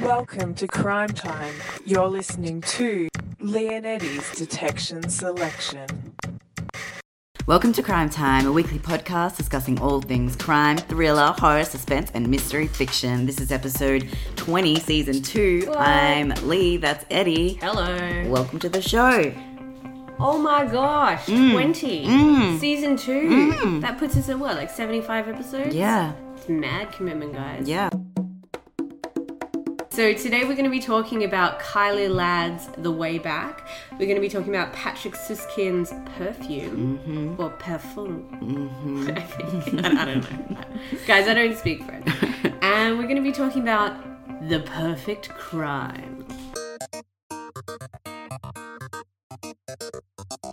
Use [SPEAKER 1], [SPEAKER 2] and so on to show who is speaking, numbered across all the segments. [SPEAKER 1] Welcome to Crime Time. You're listening to Leonetti's Detection Selection.
[SPEAKER 2] Welcome to Crime Time, a weekly podcast discussing all things crime, thriller, horror, suspense, and mystery fiction. This is episode 20, season 2.
[SPEAKER 3] Hello.
[SPEAKER 2] I'm Lee, that's Eddie.
[SPEAKER 3] Hello.
[SPEAKER 2] Welcome to the show.
[SPEAKER 3] Oh my gosh, 20. Season 2. That puts us at what, like 75 episodes?
[SPEAKER 2] Yeah,
[SPEAKER 3] It's mad commitment, guys.
[SPEAKER 2] yeah.
[SPEAKER 3] So today we're going to be talking about Kylie Ladd's The Way Back. We're going to be talking about Patrick Susskind's Perfume. Or Perfume. I think. I, I don't know. guys, I don't speak French. and we're going to be talking about The Perfect Crime.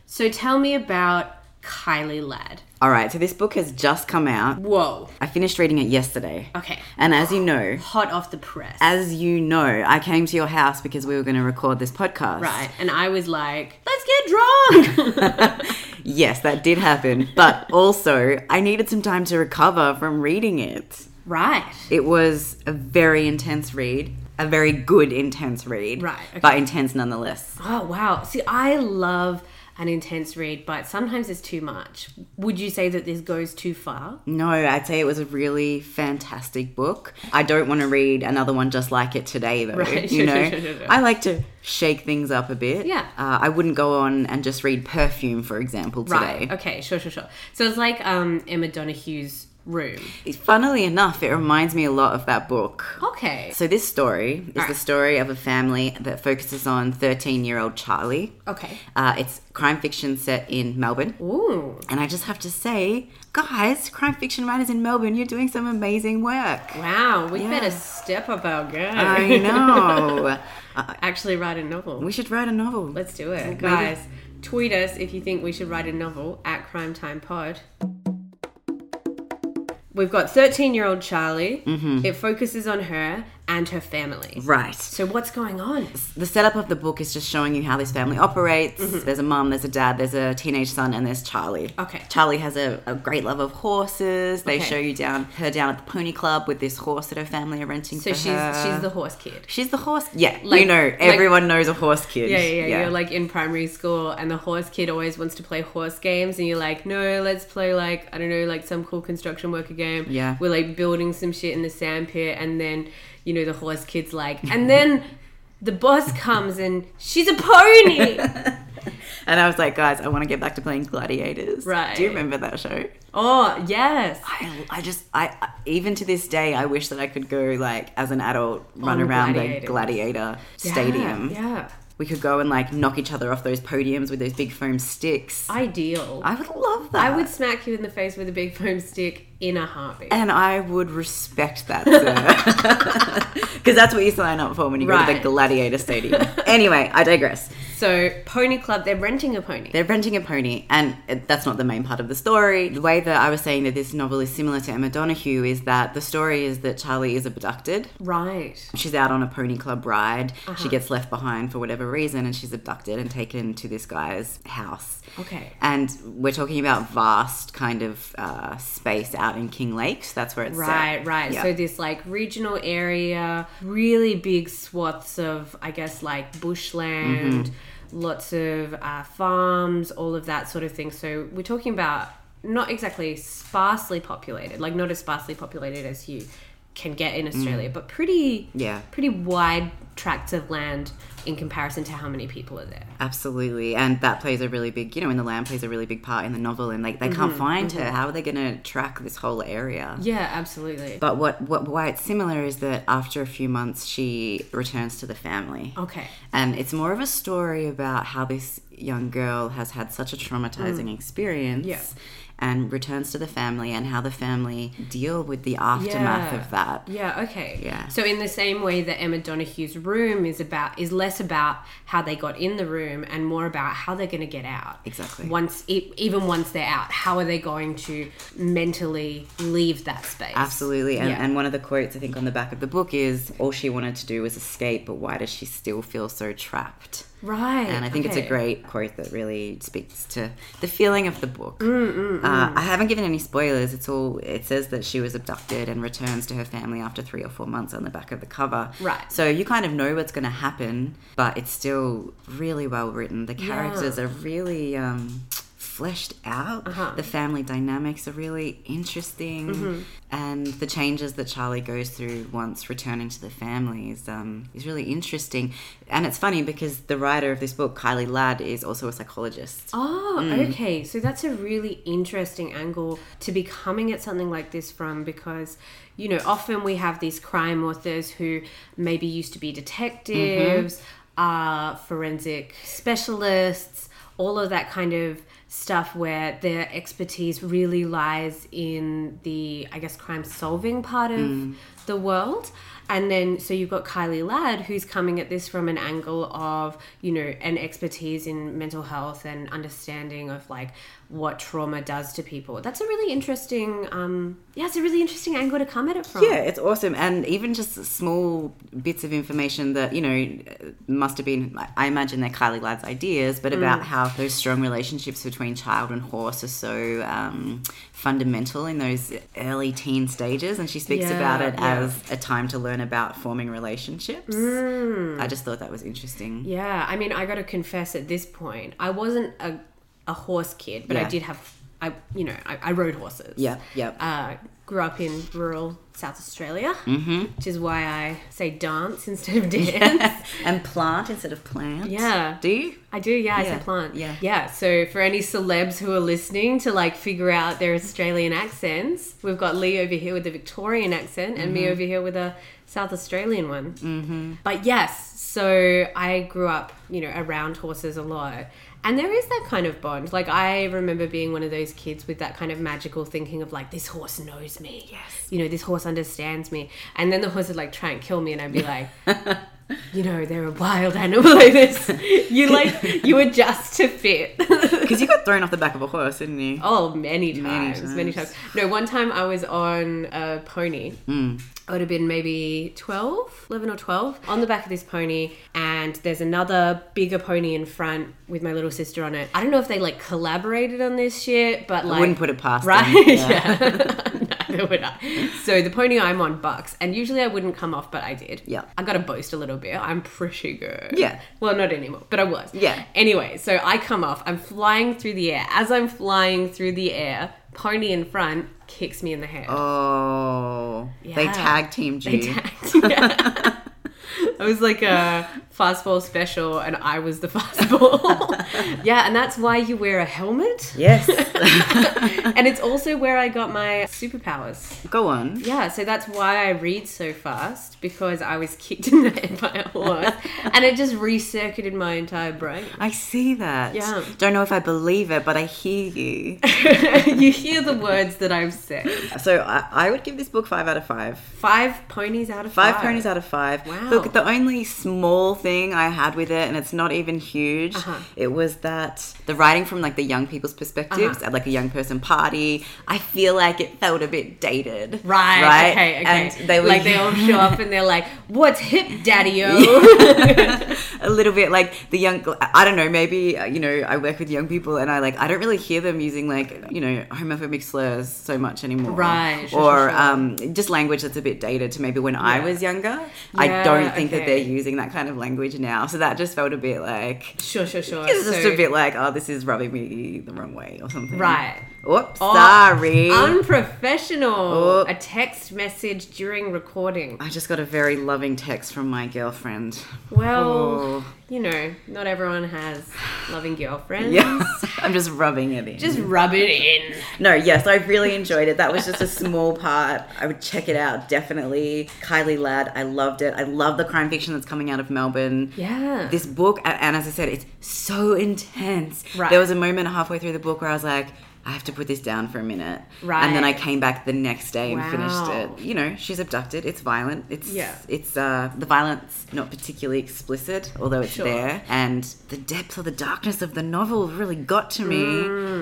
[SPEAKER 3] So tell me about Kylie Ladd.
[SPEAKER 2] All right, so this book has just come out.
[SPEAKER 3] Whoa.
[SPEAKER 2] I finished reading it yesterday.
[SPEAKER 3] Okay.
[SPEAKER 2] And as you know,
[SPEAKER 3] Hot off the press.
[SPEAKER 2] as you know, I came to your house because we were going to record this podcast.
[SPEAKER 3] right. And I was like, let's get drunk.
[SPEAKER 2] Yes, that did happen. But also, I needed some time to recover from reading it.
[SPEAKER 3] right.
[SPEAKER 2] It was a very intense read, a very good intense read,
[SPEAKER 3] Right, okay.
[SPEAKER 2] But intense nonetheless.
[SPEAKER 3] Oh, wow. See, I love an intense read, but sometimes it's too much. Would you say that this goes too far?
[SPEAKER 2] No, I'd say it was a really fantastic book. I don't want to read another one just like it today, though.
[SPEAKER 3] Right,
[SPEAKER 2] You
[SPEAKER 3] sure,
[SPEAKER 2] know,
[SPEAKER 3] sure, sure, sure, sure.
[SPEAKER 2] I like to shake things up a bit.
[SPEAKER 3] Yeah.
[SPEAKER 2] uh, I wouldn't go on and just read Perfume, for example, today.
[SPEAKER 3] Right. Okay, sure, sure, sure. So it's like um, Emma Donahue's room.
[SPEAKER 2] Funnily enough, it reminds me a lot of that book.
[SPEAKER 3] Okay.
[SPEAKER 2] So this story is the
[SPEAKER 3] Alright.
[SPEAKER 2] story of a family that focuses on 13-year-old Charlie.
[SPEAKER 3] Okay.
[SPEAKER 2] Uh, it's crime fiction set in Melbourne.
[SPEAKER 3] Ooh.
[SPEAKER 2] And I just have to say, guys, crime fiction writers in Melbourne, you're doing some amazing work.
[SPEAKER 3] Wow, we
[SPEAKER 2] Yeah.
[SPEAKER 3] better step up our game.
[SPEAKER 2] I know. Uh,
[SPEAKER 3] Actually, write a novel.
[SPEAKER 2] we should write a novel.
[SPEAKER 3] Let's do it, guys. Tweet us if you think we should write a novel at Crime Time Pod. We've got 13 year old Charlie.
[SPEAKER 2] Mm-hmm.
[SPEAKER 3] It focuses on her and her family.
[SPEAKER 2] Right.
[SPEAKER 3] So, what's going on?
[SPEAKER 2] The setup of the book is just showing you how this family operates. There's a mum, there's a dad, there's a teenage son, and there's Charlie.
[SPEAKER 3] Okay.
[SPEAKER 2] Charlie has a, a great love of horses. They
[SPEAKER 3] Okay.
[SPEAKER 2] show you down her down at the pony club with this horse that her family are renting
[SPEAKER 3] So,
[SPEAKER 2] for
[SPEAKER 3] she's
[SPEAKER 2] her.
[SPEAKER 3] she's the horse kid.
[SPEAKER 2] She's the horse. Yeah, you
[SPEAKER 3] Like-
[SPEAKER 2] know,
[SPEAKER 3] like-
[SPEAKER 2] everyone knows a horse kid.
[SPEAKER 3] Yeah, yeah, yeah, You're like in primary school, and the horse kid always wants to play horse games, and you're like, no, let's play like I don't know, like some cool construction worker game.
[SPEAKER 2] Yeah.
[SPEAKER 3] we're like building some shit in the sand pit, and then you know the horse kid's like, and then the boss comes and she's a pony.
[SPEAKER 2] And I was like, guys, I want to get back to playing gladiators.
[SPEAKER 3] Right.
[SPEAKER 2] Do you remember that show?
[SPEAKER 3] oh yes,
[SPEAKER 2] I, I just I I- even to this day I wish that I could go like as an adult run
[SPEAKER 3] On
[SPEAKER 2] around a
[SPEAKER 3] gladiators.
[SPEAKER 2] gladiator stadium.
[SPEAKER 3] Yeah, yeah.
[SPEAKER 2] We could go and like knock each other off those podiums with those big foam sticks. I,
[SPEAKER 3] ideal. I,
[SPEAKER 2] would love that.
[SPEAKER 3] would smack you in the face with a big foam stick in a heartbeat.
[SPEAKER 2] and I would respect that, sir. Because that's what you sign up for when you go to
[SPEAKER 3] Right.
[SPEAKER 2] the gladiator stadium. anyway, I digress.
[SPEAKER 3] So pony club, they're renting a pony.
[SPEAKER 2] They're renting a pony, and it- that's not the main part of the story. The way that I was saying that this novel is similar to Emma Donoghue is that the story is that Charlie is abducted.
[SPEAKER 3] right.
[SPEAKER 2] She's out on a pony club ride.
[SPEAKER 3] Uh-huh.
[SPEAKER 2] She gets left behind for whatever reason, and she's abducted and taken to this guy's house.
[SPEAKER 3] Okay.
[SPEAKER 2] And we're talking about vast kind of uh, space out in King Lakes. That's where it's set.
[SPEAKER 3] Right, right.
[SPEAKER 2] Yeah.
[SPEAKER 3] So this like regional area, really big swaths of, I guess, like bushland,
[SPEAKER 2] Mm-hmm.
[SPEAKER 3] lots of uh, farms, all of that sort of thing. So we're talking about not exactly sparsely populated, like not as sparsely populated as you can get in Australia, but pretty,
[SPEAKER 2] Mm. Yeah.
[SPEAKER 3] pretty wide tracts of land in comparison to how many people are there.
[SPEAKER 2] Absolutely. And that plays a really big, you know, and the land plays a really big part in the novel. And like, they can't
[SPEAKER 3] Mm-hmm,
[SPEAKER 2] find her. How are they going to track this whole area?
[SPEAKER 3] Yeah, absolutely.
[SPEAKER 2] But what, what why it's similar is that after a few months, she returns to the family.
[SPEAKER 3] Okay.
[SPEAKER 2] And it's more of a story about how this young girl has had such a traumatizing experience
[SPEAKER 3] Mm. Yeah.
[SPEAKER 2] and returns to the family and how the family deal with the aftermath
[SPEAKER 3] Yeah.
[SPEAKER 2] of that.
[SPEAKER 3] Yeah, okay.
[SPEAKER 2] Yeah.
[SPEAKER 3] So in the same way that Emma Donahue's room is about is less about how they got in the room and more about how they're going to get out.
[SPEAKER 2] Exactly.
[SPEAKER 3] Once e- even once they're out, how are they going to mentally leave that space?
[SPEAKER 2] Absolutely. And,
[SPEAKER 3] Yeah.
[SPEAKER 2] and one of the quotes I think on the back of the book is all she wanted to do was escape, but why does she still feel so trapped?
[SPEAKER 3] Right.
[SPEAKER 2] And I think it's a
[SPEAKER 3] okay.
[SPEAKER 2] great quote that really speaks to the feeling of the book. Uh, I haven't given any spoilers. It's all. It says that she was abducted and returns to her family after three or four months on the back of the cover.
[SPEAKER 3] Right.
[SPEAKER 2] So you kind of know what's going to happen, but it's still really well written. The characters are really. Um, fleshed out the family dynamics are really interesting and the changes that charlie goes through once returning to the family is, um, is really interesting and it's funny because the writer of this book kylie ladd is also a psychologist
[SPEAKER 3] Oh, okay. So that's a really interesting angle to be coming at something like this from because, you know, often we have these crime authors who maybe used to be detectives, are forensic specialists, all of that kind of stuff where their expertise really lies in the, I guess, crime solving part of
[SPEAKER 2] Mm.
[SPEAKER 3] the world. And then, so you've got Kylie Ladd, who's coming at this from an angle of, you know, an expertise in mental health and understanding of like what trauma does to people. That's a really interesting, um, yeah, it's a really interesting angle to come at it from.
[SPEAKER 2] Yeah, it's awesome. And even just small bits of information that, you know, must have been, I imagine they're Kylie Ladd's ideas, but about
[SPEAKER 3] Mm.
[SPEAKER 2] how those strong relationships between child and horse are so um, fundamental in those early teen stages. And she speaks
[SPEAKER 3] Yeah,
[SPEAKER 2] about it
[SPEAKER 3] yeah.
[SPEAKER 2] as a time to learn about forming relationships.
[SPEAKER 3] Mm.
[SPEAKER 2] I just thought that was interesting.
[SPEAKER 3] Yeah, I mean, I got to confess at this point, I wasn't a, a horse kid, but I
[SPEAKER 2] Yeah.
[SPEAKER 3] did have, I you know, I, I rode horses.
[SPEAKER 2] Yeah, yeah.
[SPEAKER 3] Uh, grew up in rural South Australia, mm-hmm. which is why I say dance instead of dance.
[SPEAKER 2] and plant instead of plant.
[SPEAKER 3] Yeah.
[SPEAKER 2] Do you?
[SPEAKER 3] I do, yeah, I
[SPEAKER 2] Yeah,
[SPEAKER 3] said plant.
[SPEAKER 2] yeah.
[SPEAKER 3] Yeah, so for any celebs who are listening to like figure out their Australian accents, we've got Lee over here with a Victorian accent and
[SPEAKER 2] Mm-hmm.
[SPEAKER 3] me over here with a South Australian one. Mm-hmm. But yes, so I grew up, you know, around horses a lot. And there is that kind of bond. Like I remember being one of those kids with that kind of magical thinking of like this horse knows me. Yes. You know, this horse understands me. And then the horse would like try and kill me and I'd be like you know, they're a wild animal like this. You like you adjust to fit.
[SPEAKER 2] Because you got thrown off the back of a horse, didn't you?
[SPEAKER 3] oh, many times, many times.
[SPEAKER 2] times.
[SPEAKER 3] No, one time I was on a pony.
[SPEAKER 2] Hmm.
[SPEAKER 3] I would have been maybe 12, 11 or 12, on the back of this pony, and there's another bigger pony in front with my little sister on it. I don't know if they like collaborated on this shit, but like
[SPEAKER 2] Wouldn't put it past them.
[SPEAKER 3] right? Yeah. Neither would I. So the pony I'm on bucks, and usually I wouldn't come off, but I did.
[SPEAKER 2] Yeah.
[SPEAKER 3] I got to boast a little bit. I'm pretty good.
[SPEAKER 2] Yeah.
[SPEAKER 3] Well, not anymore, but I was.
[SPEAKER 2] Yeah.
[SPEAKER 3] Anyway, so I come off. I'm flying through the air. As I'm flying through the air, pony in front kicks me in the head.
[SPEAKER 2] Oh. They
[SPEAKER 3] Yeah.
[SPEAKER 2] tag teamed you.
[SPEAKER 3] They tagged. Yeah. I was like a fastball special, and I was the fastball. yeah, and that's why you wear a helmet.
[SPEAKER 2] Yes.
[SPEAKER 3] and it's also where I got my superpowers.
[SPEAKER 2] Go on.
[SPEAKER 3] Yeah, so that's why I read so fast because I was kicked in the head by a horse and it just recircuited my entire brain.
[SPEAKER 2] I see that.
[SPEAKER 3] Yeah.
[SPEAKER 2] Don't know if I believe it, but I hear you.
[SPEAKER 3] you hear the words that I've said.
[SPEAKER 2] so I, I would give this book five out of five.
[SPEAKER 3] Five ponies out of
[SPEAKER 2] Five
[SPEAKER 3] five.
[SPEAKER 2] ponies out of five.
[SPEAKER 3] Wow.
[SPEAKER 2] Look, the only small thing I had with it, and it's not even huge,
[SPEAKER 3] Uh-huh.
[SPEAKER 2] it was that the writing from like the young people's perspectives
[SPEAKER 3] Uh-huh.
[SPEAKER 2] at like a young person party, I feel like it felt a bit dated.
[SPEAKER 3] Right, okay, okay.
[SPEAKER 2] And they were
[SPEAKER 3] like they all show up and they're like, "What's hip, daddy-o?"
[SPEAKER 2] a little bit like the young i don't know maybe uh, you know i work with young people and i like i don't really hear them using like you know homophobic slurs so much anymore
[SPEAKER 3] Right, sure,
[SPEAKER 2] or
[SPEAKER 3] sure, sure.
[SPEAKER 2] um just language that's a bit dated to maybe when i
[SPEAKER 3] Yeah.
[SPEAKER 2] was younger i
[SPEAKER 3] Yeah,
[SPEAKER 2] don't think that they're
[SPEAKER 3] okay.
[SPEAKER 2] using that kind of language now so that just felt a bit like
[SPEAKER 3] Sure, sure, sure.
[SPEAKER 2] it's just
[SPEAKER 3] So-
[SPEAKER 2] a bit like oh this is rubbing me the wrong way or something
[SPEAKER 3] Right.
[SPEAKER 2] oops
[SPEAKER 3] Oh,
[SPEAKER 2] sorry
[SPEAKER 3] Unprofessional.
[SPEAKER 2] Oh.
[SPEAKER 3] A text message during recording.
[SPEAKER 2] i just got a very loving text from my girlfriend
[SPEAKER 3] Well,
[SPEAKER 2] Oh.
[SPEAKER 3] you know, not everyone has loving girlfriends.
[SPEAKER 2] yes i'm just rubbing it in
[SPEAKER 3] Just rub it in.
[SPEAKER 2] No, yes, I really enjoyed it. That was just a small part. I would check it out definitely. Kylie Ladd, I loved it. I love the crime fiction that's coming out of Melbourne.
[SPEAKER 3] Yeah.
[SPEAKER 2] This book, a- and as I said, it's so intense.
[SPEAKER 3] Right.
[SPEAKER 2] There was a moment halfway through the book where I was like, I have to put this down for a minute.
[SPEAKER 3] Right.
[SPEAKER 2] And then I came back the next day and
[SPEAKER 3] Wow.
[SPEAKER 2] finished it. You know, she's abducted. It's violent. It's
[SPEAKER 3] Yeah.
[SPEAKER 2] it's uh the violence not particularly explicit, although it's
[SPEAKER 3] Sure.
[SPEAKER 2] there. And the depth of the darkness of the novel really got to me.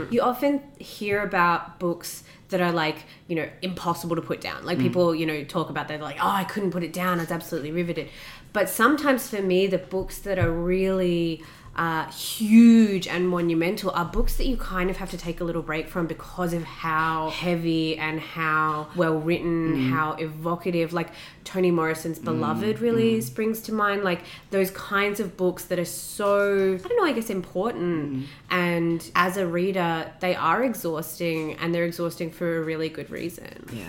[SPEAKER 3] You often hear about books that are like, you know, impossible to put down. Like people, you know, talk about they're like, oh, I couldn't put it down. I was absolutely riveted. But sometimes for me, the books that are really uh, huge and monumental are books that you kind of have to take a little break from because of how heavy and how well written, how evocative. Like Toni Morrison's Beloved really springs to mind. Like those kinds of books that are so, I don't know, I guess important. And as a reader, they are exhausting and they're exhausting for a really good reason.
[SPEAKER 2] Yeah.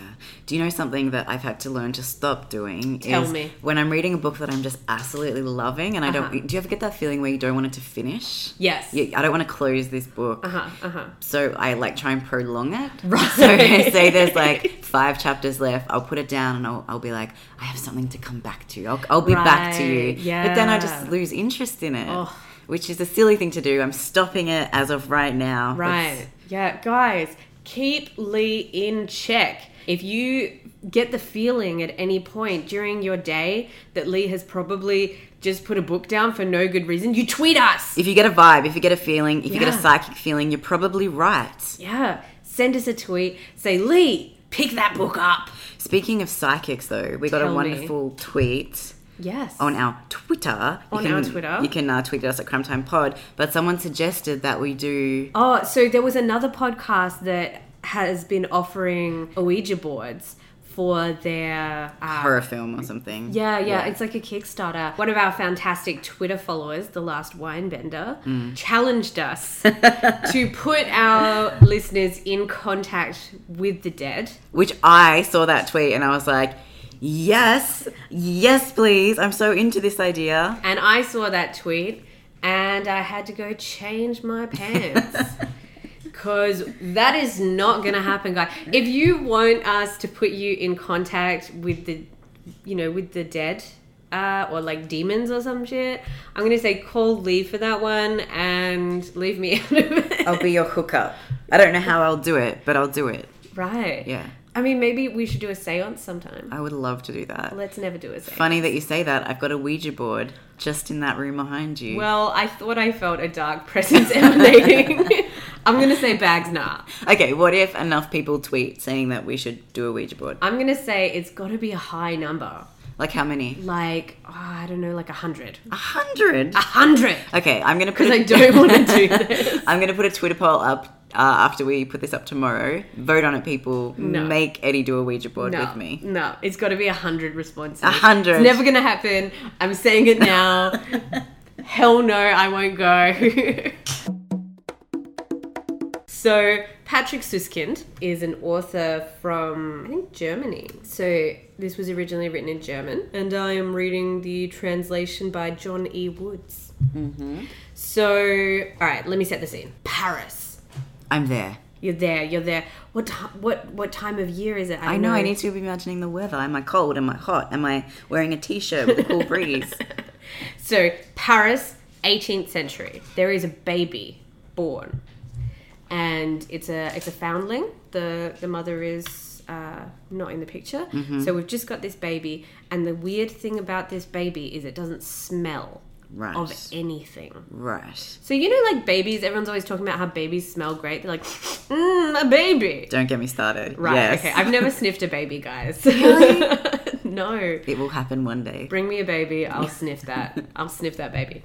[SPEAKER 2] Do you know something that I've had to learn to stop doing?
[SPEAKER 3] Tell
[SPEAKER 2] is
[SPEAKER 3] me.
[SPEAKER 2] When I'm reading a book that I'm just absolutely loving, and I
[SPEAKER 3] Uh-huh.
[SPEAKER 2] don't. Do you ever get that feeling where you don't want it to finish?
[SPEAKER 3] Yes.
[SPEAKER 2] Yeah, I don't want to close this book.
[SPEAKER 3] Uh huh. Uh huh.
[SPEAKER 2] So I like try and prolong it.
[SPEAKER 3] Right.
[SPEAKER 2] So say there's like five chapters left, I'll put it down and I'll, I'll be like, I have something to come back to. I'll, I'll be back to you.
[SPEAKER 3] Right,
[SPEAKER 2] But then I
[SPEAKER 3] yeah.
[SPEAKER 2] just lose interest in it,
[SPEAKER 3] Oh.
[SPEAKER 2] which is a silly thing to do. I'm stopping it as of right now.
[SPEAKER 3] Right.
[SPEAKER 2] It's-
[SPEAKER 3] yeah, guys, keep Lee in check. If you get the feeling at any point during your day that Lee has probably just put a book down for no good reason, you tweet us.
[SPEAKER 2] If you get a vibe, if you get a feeling, if you get a
[SPEAKER 3] Yeah.
[SPEAKER 2] psychic feeling, you're probably right.
[SPEAKER 3] Yeah. Send us a tweet. Say, Lee, pick that book up.
[SPEAKER 2] Speaking of psychics, though, we got
[SPEAKER 3] Tell
[SPEAKER 2] a
[SPEAKER 3] me.
[SPEAKER 2] wonderful tweet
[SPEAKER 3] Yes.
[SPEAKER 2] on our Twitter. You
[SPEAKER 3] On our Twitter.
[SPEAKER 2] you can uh, tweet at us at Crime Time Pod. But someone suggested that we do.
[SPEAKER 3] Oh, so there was another podcast that has been offering Ouija boards for their uh,
[SPEAKER 2] Horror film or something.
[SPEAKER 3] Yeah, yeah, it's like a Kickstarter. One of our fantastic Twitter followers, the last winebender, challenged us to put our listeners in contact with the dead.
[SPEAKER 2] Which I saw that tweet and I was like, yes, yes, please. I'm so into this idea.
[SPEAKER 3] And I saw that tweet and I had to go change my pants. Because that is not going to happen, guys. If you want us to put you in contact with the, you know, with the dead uh, or like demons or some shit, I'm going to say call Lee for that one and leave me out of it.
[SPEAKER 2] I'll be your hookup. I don't know how I'll do it, but I'll do it.
[SPEAKER 3] Right.
[SPEAKER 2] Yeah. Uh,
[SPEAKER 3] I mean, maybe we should do a seance sometime.
[SPEAKER 2] I would love to do that.
[SPEAKER 3] Let's never do a seance.
[SPEAKER 2] Funny that you say that. I've got a Ouija board just in that room behind you.
[SPEAKER 3] Well, I thought I felt a dark presence emanating. I'm going to say bags nah.
[SPEAKER 2] okay, what if enough people tweet saying that we should do a Ouija board?
[SPEAKER 3] I'm gonna say it's got to be a high number,
[SPEAKER 2] Like how many?
[SPEAKER 3] like oh, I don't know, like a hundred.
[SPEAKER 2] A hundred.
[SPEAKER 3] A hundred.
[SPEAKER 2] Okay, I'm gonna put.
[SPEAKER 3] Because
[SPEAKER 2] a-
[SPEAKER 3] I don't want to do this.
[SPEAKER 2] I'm gonna put a Twitter poll up uh, after we put this up tomorrow. Vote on it, people.
[SPEAKER 3] No.
[SPEAKER 2] Make Eddie do a Ouija board
[SPEAKER 3] No,
[SPEAKER 2] with me.
[SPEAKER 3] no, it's got to be a hundred responses.
[SPEAKER 2] A hundred.
[SPEAKER 3] It's never gonna happen. I'm saying it now. Hell no, I won't go. so Patrick Suskind is an author from I think Germany. So this was originally written in German, and I am reading the translation by John E. Woods.
[SPEAKER 2] Mm-hmm.
[SPEAKER 3] So, all right, let me set the scene. Paris.
[SPEAKER 2] I'm there.
[SPEAKER 3] You're there. You're there. What ti- what what time of year is it?
[SPEAKER 2] I know. I need to be imagining the weather. Am I cold? Am I hot? Am I wearing a t-shirt with a cool breeze?
[SPEAKER 3] So, Paris, 18th century. There is a baby born, and it's a it's a foundling. the The mother is uh, not in the picture,
[SPEAKER 2] Mm-hmm.
[SPEAKER 3] so we've just got this baby. And the weird thing about this baby is it doesn't smell
[SPEAKER 2] Right.
[SPEAKER 3] of anything.
[SPEAKER 2] Right.
[SPEAKER 3] So you know, like babies, everyone's always talking about how babies smell great. They're like, mm, a baby.
[SPEAKER 2] Don't get me started.
[SPEAKER 3] Right.
[SPEAKER 2] Yes.
[SPEAKER 3] Okay. I've never sniffed a baby, guys. no.
[SPEAKER 2] It will happen one day.
[SPEAKER 3] Bring me a baby. I'll sniff that. I'll sniff that baby.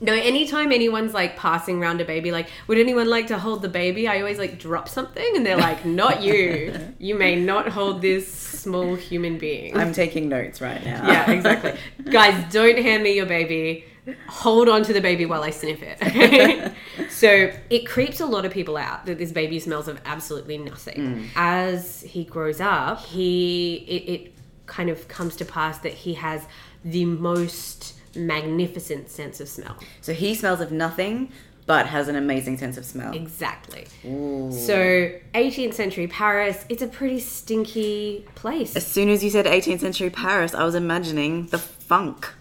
[SPEAKER 3] No, anytime anyone's like passing around a baby, like, would anyone like to hold the baby? I always like drop something and they're like, not you. You may not hold this small human being.
[SPEAKER 2] I'm taking notes right now.
[SPEAKER 3] yeah, exactly. Guys, don't hand me your baby. Hold on to the baby while I sniff it. okay? so it creeps a lot of people out that this baby smells of absolutely nothing. As he grows up, he it, it kind of comes to pass that he has the most magnificent sense of smell.
[SPEAKER 2] so he smells of nothing, but has an amazing sense of smell.
[SPEAKER 3] Exactly.
[SPEAKER 2] Ooh.
[SPEAKER 3] So 18th century Paris, it's a pretty stinky place.
[SPEAKER 2] As soon as you said 18th century Paris, I was imagining the funk.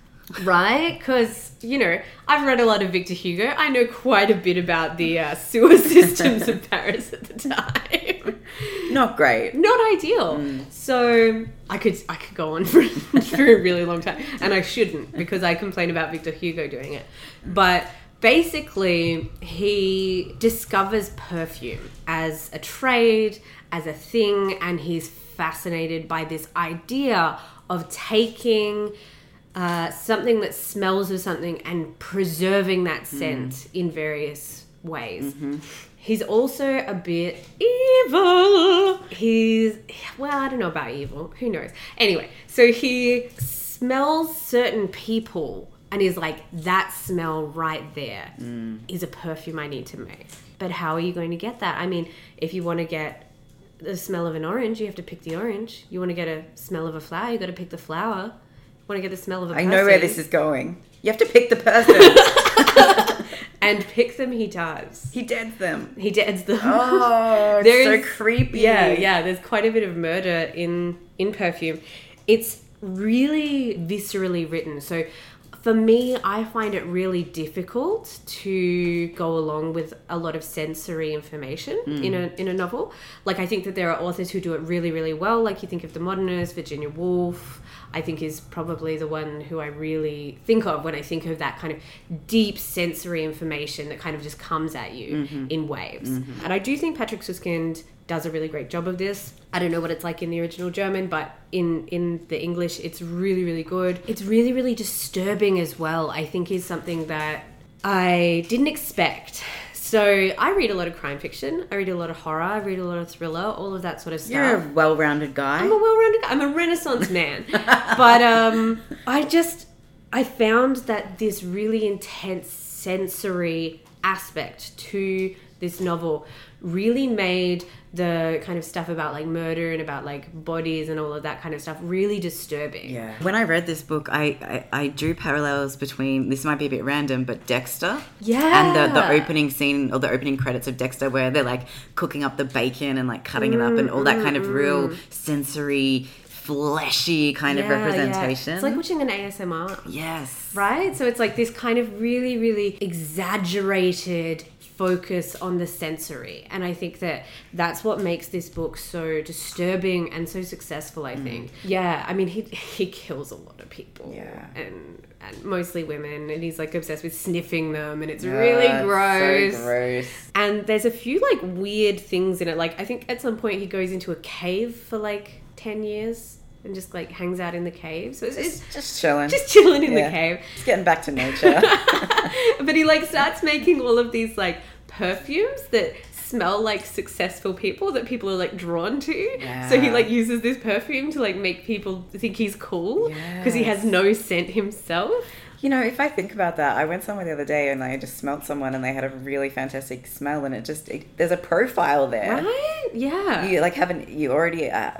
[SPEAKER 3] right? Because, you know, I've read a lot of Victor Hugo. I know quite a bit about the uh, sewer systems of Paris at the time.
[SPEAKER 2] Not great.
[SPEAKER 3] Not ideal. So I could I could go on for, for a really long time, and I shouldn't because I complain about Victor Hugo doing it. But basically, he discovers perfume as a trade, as a thing, and he's fascinated by this idea of taking uh, something that smells of something and preserving that scent in various ways. He's also a bit evil. He's, well, I don't know about evil. Who knows? Anyway, so he smells certain people and is like, that smell right there is a perfume I need to make. But how are you going to get that? I mean, if you want to get the smell of an orange, you have to pick the orange. You want to get a smell of a flower, you got to pick the flower. Want to get the smell of a
[SPEAKER 2] I know where
[SPEAKER 3] person.
[SPEAKER 2] this is going. You have to pick the person.
[SPEAKER 3] And pick them, he does.
[SPEAKER 2] he deads them.
[SPEAKER 3] He deads them.
[SPEAKER 2] Oh, it's
[SPEAKER 3] There
[SPEAKER 2] so
[SPEAKER 3] is-
[SPEAKER 2] creepy.
[SPEAKER 3] Yeah, yeah. There's quite a bit of murder in in perfume. It's really viscerally written. So for me, I find it really difficult to go along with a lot of sensory information in a in a novel. Like I think that there are authors who do it really, really well. Like you think of the modernists, Virginia Woolf. I think is probably the one who I really think of when I think of that kind of deep sensory information that kind of just comes at you
[SPEAKER 2] Mm-hmm.
[SPEAKER 3] in waves. And I do think Patrick Suskind does a really great job of this. I don't know what it's like in the original German, but in in the English it's really really good. It's really really disturbing as well. I think is something that I didn't expect. So I read a lot of crime fiction. I read a lot of horror. I read a lot of thriller. All of that sort of stuff.
[SPEAKER 2] You're a well rounded guy.
[SPEAKER 3] I'm a well-rounded. I'm a Renaissance man, but um, I just I found that this really intense sensory aspect to this novel really made the kind of stuff about like murder and about like bodies and all of that kind of stuff really disturbing.
[SPEAKER 2] Yeah. When I read this book, I, I, I drew parallels between this might be a bit random, but Dexter. And the, the
[SPEAKER 3] Yeah.
[SPEAKER 2] opening scene or the opening credits of Dexter, where they're like cooking up the bacon and like cutting it up and all that kind of real sensory, fleshy kind of
[SPEAKER 3] Yeah, yeah.
[SPEAKER 2] representation.
[SPEAKER 3] It's like watching an ASMR,
[SPEAKER 2] yes.
[SPEAKER 3] right? So it's like this kind of really, really exaggerated focus on the sensory. And I think that that's what makes this book so disturbing and so successful,
[SPEAKER 2] Mm.
[SPEAKER 3] I think. Yeah, I mean, he, he kills a lot of people.
[SPEAKER 2] Yeah.
[SPEAKER 3] And, and mostly women. And he's like obsessed with sniffing them. And it's
[SPEAKER 2] Yeah,
[SPEAKER 3] really
[SPEAKER 2] it's
[SPEAKER 3] gross.
[SPEAKER 2] So gross.
[SPEAKER 3] And there's a few like weird things in it. Like I think at some point he goes into a cave for like ten years and just like hangs out in the cave. So it's, it's
[SPEAKER 2] Just chilling.
[SPEAKER 3] just chilling in
[SPEAKER 2] Yeah.
[SPEAKER 3] the cave.
[SPEAKER 2] Just getting back to nature.
[SPEAKER 3] but he like starts making all of these like perfumes that smell like successful people that people are like drawn to. So he
[SPEAKER 2] Yeah.
[SPEAKER 3] like uses this perfume to like make people think he's cool because he has
[SPEAKER 2] Yes.
[SPEAKER 3] no scent himself.
[SPEAKER 2] You know, if I think about that, I went somewhere the other day and I just smelled someone and they had a really fantastic smell and it just it, there's a profile there.
[SPEAKER 3] Right? Yeah.
[SPEAKER 2] You like have an you already uh,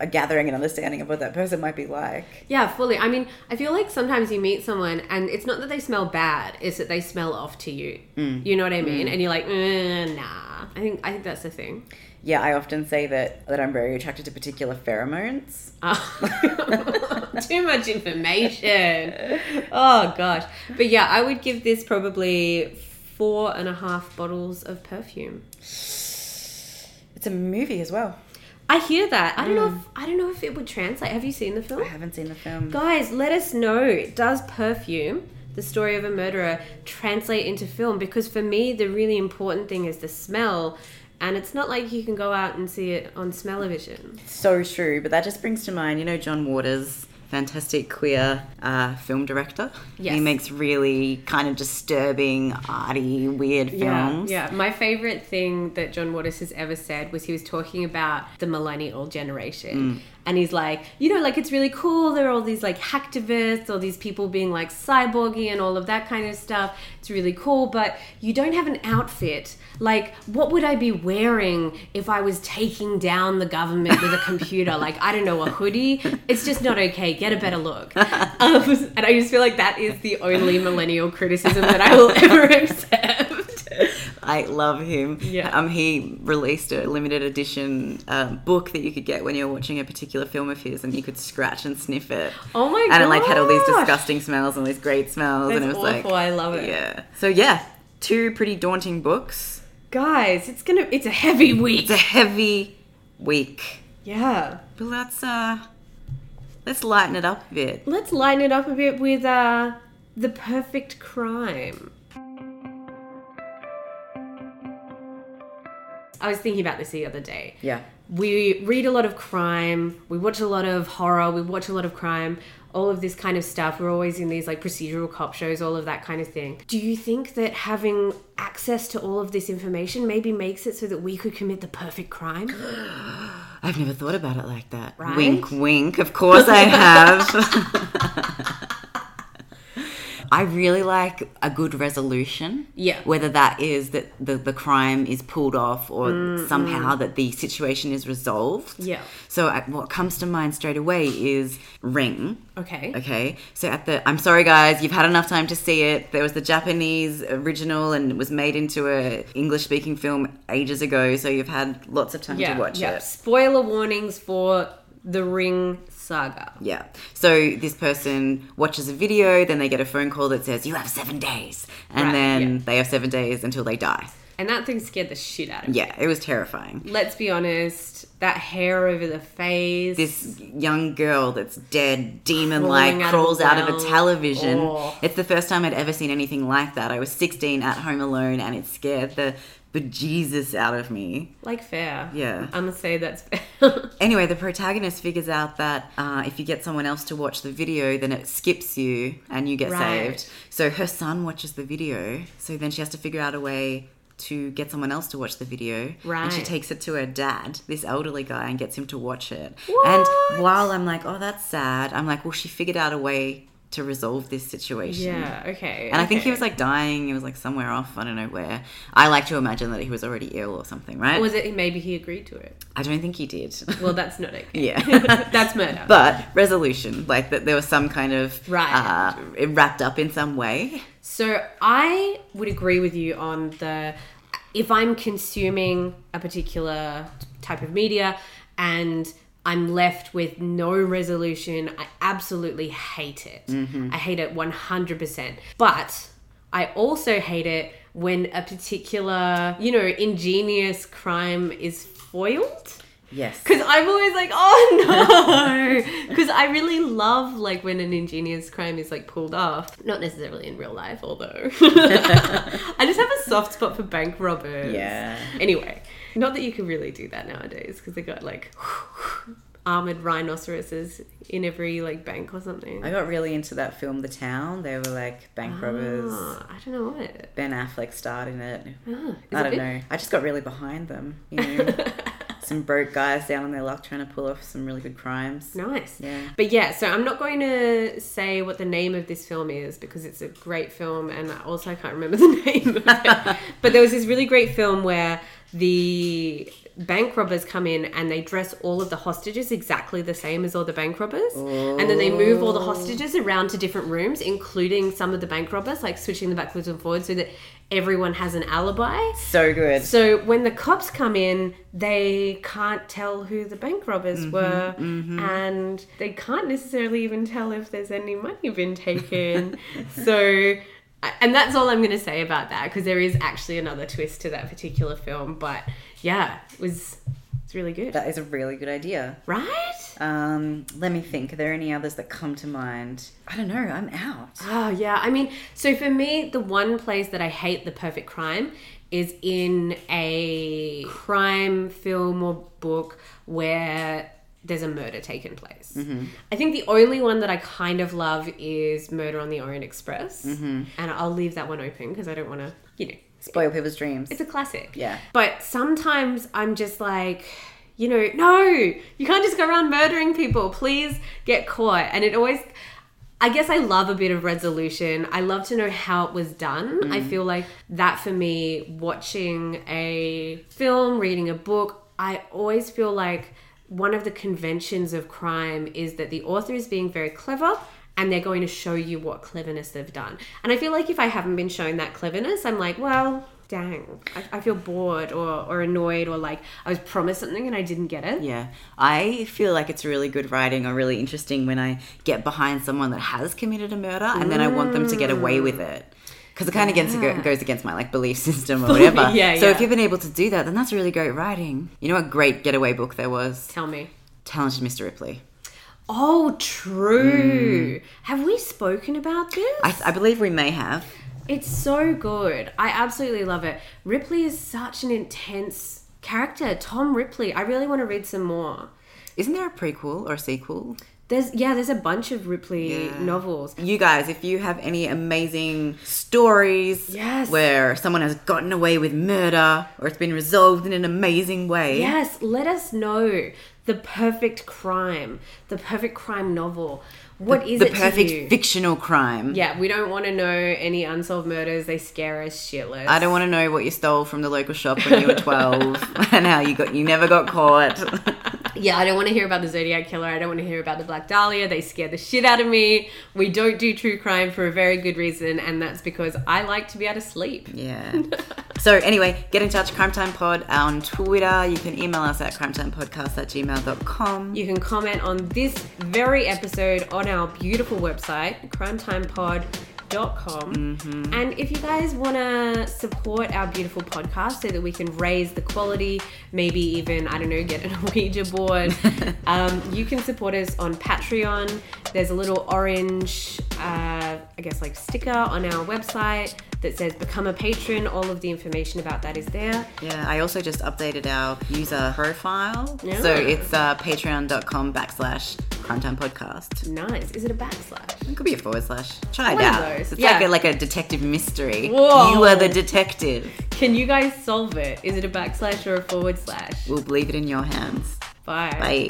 [SPEAKER 2] are gathering an understanding of what that person might be like.
[SPEAKER 3] Yeah, fully. I mean, I feel like sometimes you meet someone and it's not that they smell bad, it's that they smell off to you. You know what I mean? And you're like, "Mm, nah. I think I think that's the thing.
[SPEAKER 2] Yeah, I often say that that I'm very attracted to particular pheromones.
[SPEAKER 3] Uh, too much information. Oh gosh. But yeah, I would give this probably four and a half bottles of perfume.
[SPEAKER 2] It's a movie as well.
[SPEAKER 3] I hear that. I don't know if I don't know if it would translate. Have you seen the film?
[SPEAKER 2] I haven't seen the film.
[SPEAKER 3] Guys, let us know. Does perfume, the story of a murderer, translate into film? Because for me, the really important thing is the smell, and it's not like you can go out and see it on smell-o-vision.
[SPEAKER 2] So true, but that just brings to mind, you know, John Waters, fantastic queer uh, film director.
[SPEAKER 3] Yes.
[SPEAKER 2] He makes really kind of disturbing, arty, weird films.
[SPEAKER 3] Yeah, yeah. My favorite thing that John Waters has ever said was he was talking about the millennial generation. And he's like, you know, like it's really cool. There are all these like hacktivists, all these people being like cyborgy and all of that kind of stuff. It's really cool, but you don't have an outfit. Like, what would I be wearing if I was taking down the government with a computer? like, I don't know, a hoodie? It's just not okay. Get a better look. Um, and I just feel like that is the only millennial criticism that I will ever accept.
[SPEAKER 2] I love him.
[SPEAKER 3] Yeah.
[SPEAKER 2] Um, he released a limited edition um, book that you could get when you were watching a particular film of his, and you could scratch and sniff it.
[SPEAKER 3] Oh my
[SPEAKER 2] And it like had all these
[SPEAKER 3] gosh.
[SPEAKER 2] disgusting smells and all these great smells, and it
[SPEAKER 3] That's
[SPEAKER 2] was like,
[SPEAKER 3] awful. I love it.
[SPEAKER 2] Yeah. So yeah, two pretty daunting books.
[SPEAKER 3] Guys, it's gonna it's a heavy week.
[SPEAKER 2] It's a heavy week.
[SPEAKER 3] Yeah.
[SPEAKER 2] But let's uh, let's lighten it up a bit.
[SPEAKER 3] Let's lighten it up a bit with uh the perfect crime. I was thinking about this the other day.
[SPEAKER 2] Yeah.
[SPEAKER 3] we read a lot of crime, we watch a lot of horror, we watch a lot of crime, all of this kind of stuff. We're always in these like procedural cop shows, all of that kind of thing. Do you think that having access to all of this information maybe makes it so that we could commit the perfect crime?
[SPEAKER 2] I've never thought about it like that.
[SPEAKER 3] Right?
[SPEAKER 2] Wink, wink. Of course I have. I really like a good resolution.
[SPEAKER 3] Yeah.
[SPEAKER 2] Whether that is that the, the crime is pulled off or somehow that the situation is resolved.
[SPEAKER 3] Yeah.
[SPEAKER 2] So I, what comes to mind straight away is Ring.
[SPEAKER 3] Okay.
[SPEAKER 2] Okay. So at the, I'm sorry guys, you've had enough time to see it. There was the Japanese original and it was made into a English speaking film ages ago. So you've had lots of time to watch it.
[SPEAKER 3] Spoiler warnings for the Ring saga.
[SPEAKER 2] Yeah. So this person watches a video, then they get a phone call that says, You have seven days. And
[SPEAKER 3] Right,
[SPEAKER 2] then
[SPEAKER 3] yeah.
[SPEAKER 2] they have seven days until they die.
[SPEAKER 3] And that thing scared the shit out of me.
[SPEAKER 2] Yeah, it was terrifying.
[SPEAKER 3] Let's be honest, that hair over the face.
[SPEAKER 2] This young girl that's dead, demon like,
[SPEAKER 3] Crawling out of
[SPEAKER 2] crawls
[SPEAKER 3] a
[SPEAKER 2] out of
[SPEAKER 3] well.
[SPEAKER 2] a television.
[SPEAKER 3] Oh.
[SPEAKER 2] It's the first time I'd ever seen anything like that. I was 16 at home alone and it scared the bejesus out of me.
[SPEAKER 3] like fair.
[SPEAKER 2] Yeah.
[SPEAKER 3] I'm gonna say that's fair.
[SPEAKER 2] Anyway, the protagonist figures out that uh, if you get someone else to watch the video, then it skips you and you get
[SPEAKER 3] Right.
[SPEAKER 2] saved. So her son watches the video. So then she has to figure out a way to get someone else to watch the video. And she
[SPEAKER 3] Right.
[SPEAKER 2] takes it to her dad, this elderly guy, and gets him to watch it.
[SPEAKER 3] What?
[SPEAKER 2] And while I'm like, oh, that's sad, I'm like, well, she figured out a way to resolve this situation.
[SPEAKER 3] yeah, okay.
[SPEAKER 2] And I think he
[SPEAKER 3] okay.
[SPEAKER 2] was like dying. He was like somewhere off. I don't know where. I like to imagine that he was already ill or something, right?
[SPEAKER 3] Was it maybe he agreed to it?
[SPEAKER 2] I don't think he did.
[SPEAKER 3] Well, that's not okay.
[SPEAKER 2] Yeah.
[SPEAKER 3] that's murder.
[SPEAKER 2] but resolution like that there was some kind of
[SPEAKER 3] Right.
[SPEAKER 2] uh, it wrapped up in some way
[SPEAKER 3] so I would agree with you on the if I'm consuming a particular type of media and I'm left with no resolution, I absolutely hate it.
[SPEAKER 2] Mm-hmm.
[SPEAKER 3] I hate it 100%. But I also hate it when a particular, you know, ingenious crime is foiled.
[SPEAKER 2] yes
[SPEAKER 3] Because I'm always like, oh no! Because I really love like when an ingenious crime is like pulled off. Not necessarily in real life, although I just have a soft spot for bank robbers.
[SPEAKER 2] Yeah.
[SPEAKER 3] Anyway, not that you can really do that nowadays because they got like armored rhinoceroses in every like bank or something.
[SPEAKER 2] i got really into that film the town they were like bank robbers
[SPEAKER 3] Ah, I don't know what.
[SPEAKER 2] ben affleck starred in it
[SPEAKER 3] Ah, is
[SPEAKER 2] i
[SPEAKER 3] it
[SPEAKER 2] don't
[SPEAKER 3] good?
[SPEAKER 2] know i just got really behind them you know some broke guys down on their luck trying to pull off some really good crimes
[SPEAKER 3] Nice.
[SPEAKER 2] Yeah.
[SPEAKER 3] But yeah, so I'm not going to say what the name of this film is because it's a great film and I also I can't remember the name of it. but there was this really great film where the bank robbers come in and they dress all of the hostages exactly the same as all the bank robbers and then they move all the hostages around to different rooms including some of the bank robbers like switching them backwards and forwards so that everyone has an alibi
[SPEAKER 2] so good
[SPEAKER 3] so when the cops come in, they can't tell who the bank robbers were, and they can't necessarily even tell if there's any money been taken. so, I- and that's all I'm going to say about that because there is actually another twist to that particular film. But yeah, it was it's really good,
[SPEAKER 2] that is a really good idea
[SPEAKER 3] right?
[SPEAKER 2] um, let me think are there any others that come to mind i don't know i'm out
[SPEAKER 3] Oh yeah, I mean, so for me, the one place that I hate the perfect crime is in a crime film or book where there's a murder taking place. I think the only one that I kind of love is Murder on the Orient Express, and I'll leave that one open because I don't want to, you know,
[SPEAKER 2] spoil people's dreams
[SPEAKER 3] it's a classic.
[SPEAKER 2] Yeah.
[SPEAKER 3] But sometimes I'm just like, you know, no, you can't just go around murdering people. Please get caught. And it always, I guess I love a bit of resolution. I love to know how it was done. I feel like that for me, watching a film, reading a book, I always feel like one of the conventions of crime is that the author is being very clever and they're going to show you what cleverness they've done. And I feel like if I haven't been shown that cleverness, I'm like, well, dang, I, I feel bored or, or annoyed or like I was promised something and I didn't get it.
[SPEAKER 2] Yeah. I feel like it's really good writing or really interesting when I get behind someone that has committed a murder and then I want them to get away with it. Because it kind of gets go- goes against my like belief system or whatever.
[SPEAKER 3] Yeah,
[SPEAKER 2] so
[SPEAKER 3] yeah.
[SPEAKER 2] if you've been able to do that, then that's really great writing. You know what great getaway book there was?
[SPEAKER 3] Tell me.
[SPEAKER 2] Talented Mr. Ripley.
[SPEAKER 3] Oh, true. Have we spoken about this?
[SPEAKER 2] Mm. I, I believe we may have.
[SPEAKER 3] It's so good. I absolutely love it. Ripley is such an intense character. Tom Ripley. I really want to read some more.
[SPEAKER 2] Isn't there a prequel or a sequel?
[SPEAKER 3] There's yeah, there's a bunch of Ripley
[SPEAKER 2] Yeah.
[SPEAKER 3] novels.
[SPEAKER 2] You guys, if you have any amazing stories
[SPEAKER 3] Yes.
[SPEAKER 2] where someone has gotten away with murder or it's been resolved in an amazing way,
[SPEAKER 3] Yes, let us know the perfect crime, the perfect crime novel. What is
[SPEAKER 2] the
[SPEAKER 3] it
[SPEAKER 2] perfect
[SPEAKER 3] to you?
[SPEAKER 2] fictional crime.
[SPEAKER 3] yeah, we don't want to know any unsolved murders. They scare us shitless.
[SPEAKER 2] I don't want to know what you stole from the local shop when you were 12 and how you got you never got caught.
[SPEAKER 3] Yeah, I don't want to hear about the Zodiac Killer. I don't want to hear about the Black Dahlia. They scare the shit out of me. We don't do true crime for a very good reason, and that's because I like to be able to sleep.
[SPEAKER 2] yeah. So anyway, get in touch, Crime Time Pod on Twitter. You can email us at crimetimepodcast at gmail.com.
[SPEAKER 3] You can comment on this very episode on our beautiful website, crimetimepod.com. And if you guys want to support our beautiful podcast so that we can raise the quality, maybe even, I don't know, get an Ouija board, um, you can support us on Patreon. There's a little orange, uh, I guess, like sticker on our website that says become a patron. All of the information about that is there.
[SPEAKER 2] Yeah, I also just updated our user profile.
[SPEAKER 3] Yeah.
[SPEAKER 2] So it's uh, patreon.com backslash crimetime podcast.
[SPEAKER 3] Nice. Is it a backslash?
[SPEAKER 2] It could be a forward slash. Try it
[SPEAKER 3] One of
[SPEAKER 2] out.
[SPEAKER 3] those,
[SPEAKER 2] It's
[SPEAKER 3] yeah.
[SPEAKER 2] like, a, like a detective mystery.
[SPEAKER 3] Whoa.
[SPEAKER 2] You are the detective.
[SPEAKER 3] Can you guys solve it? Is it a backslash or a forward slash?
[SPEAKER 2] We'll leave it in your hands. Bye.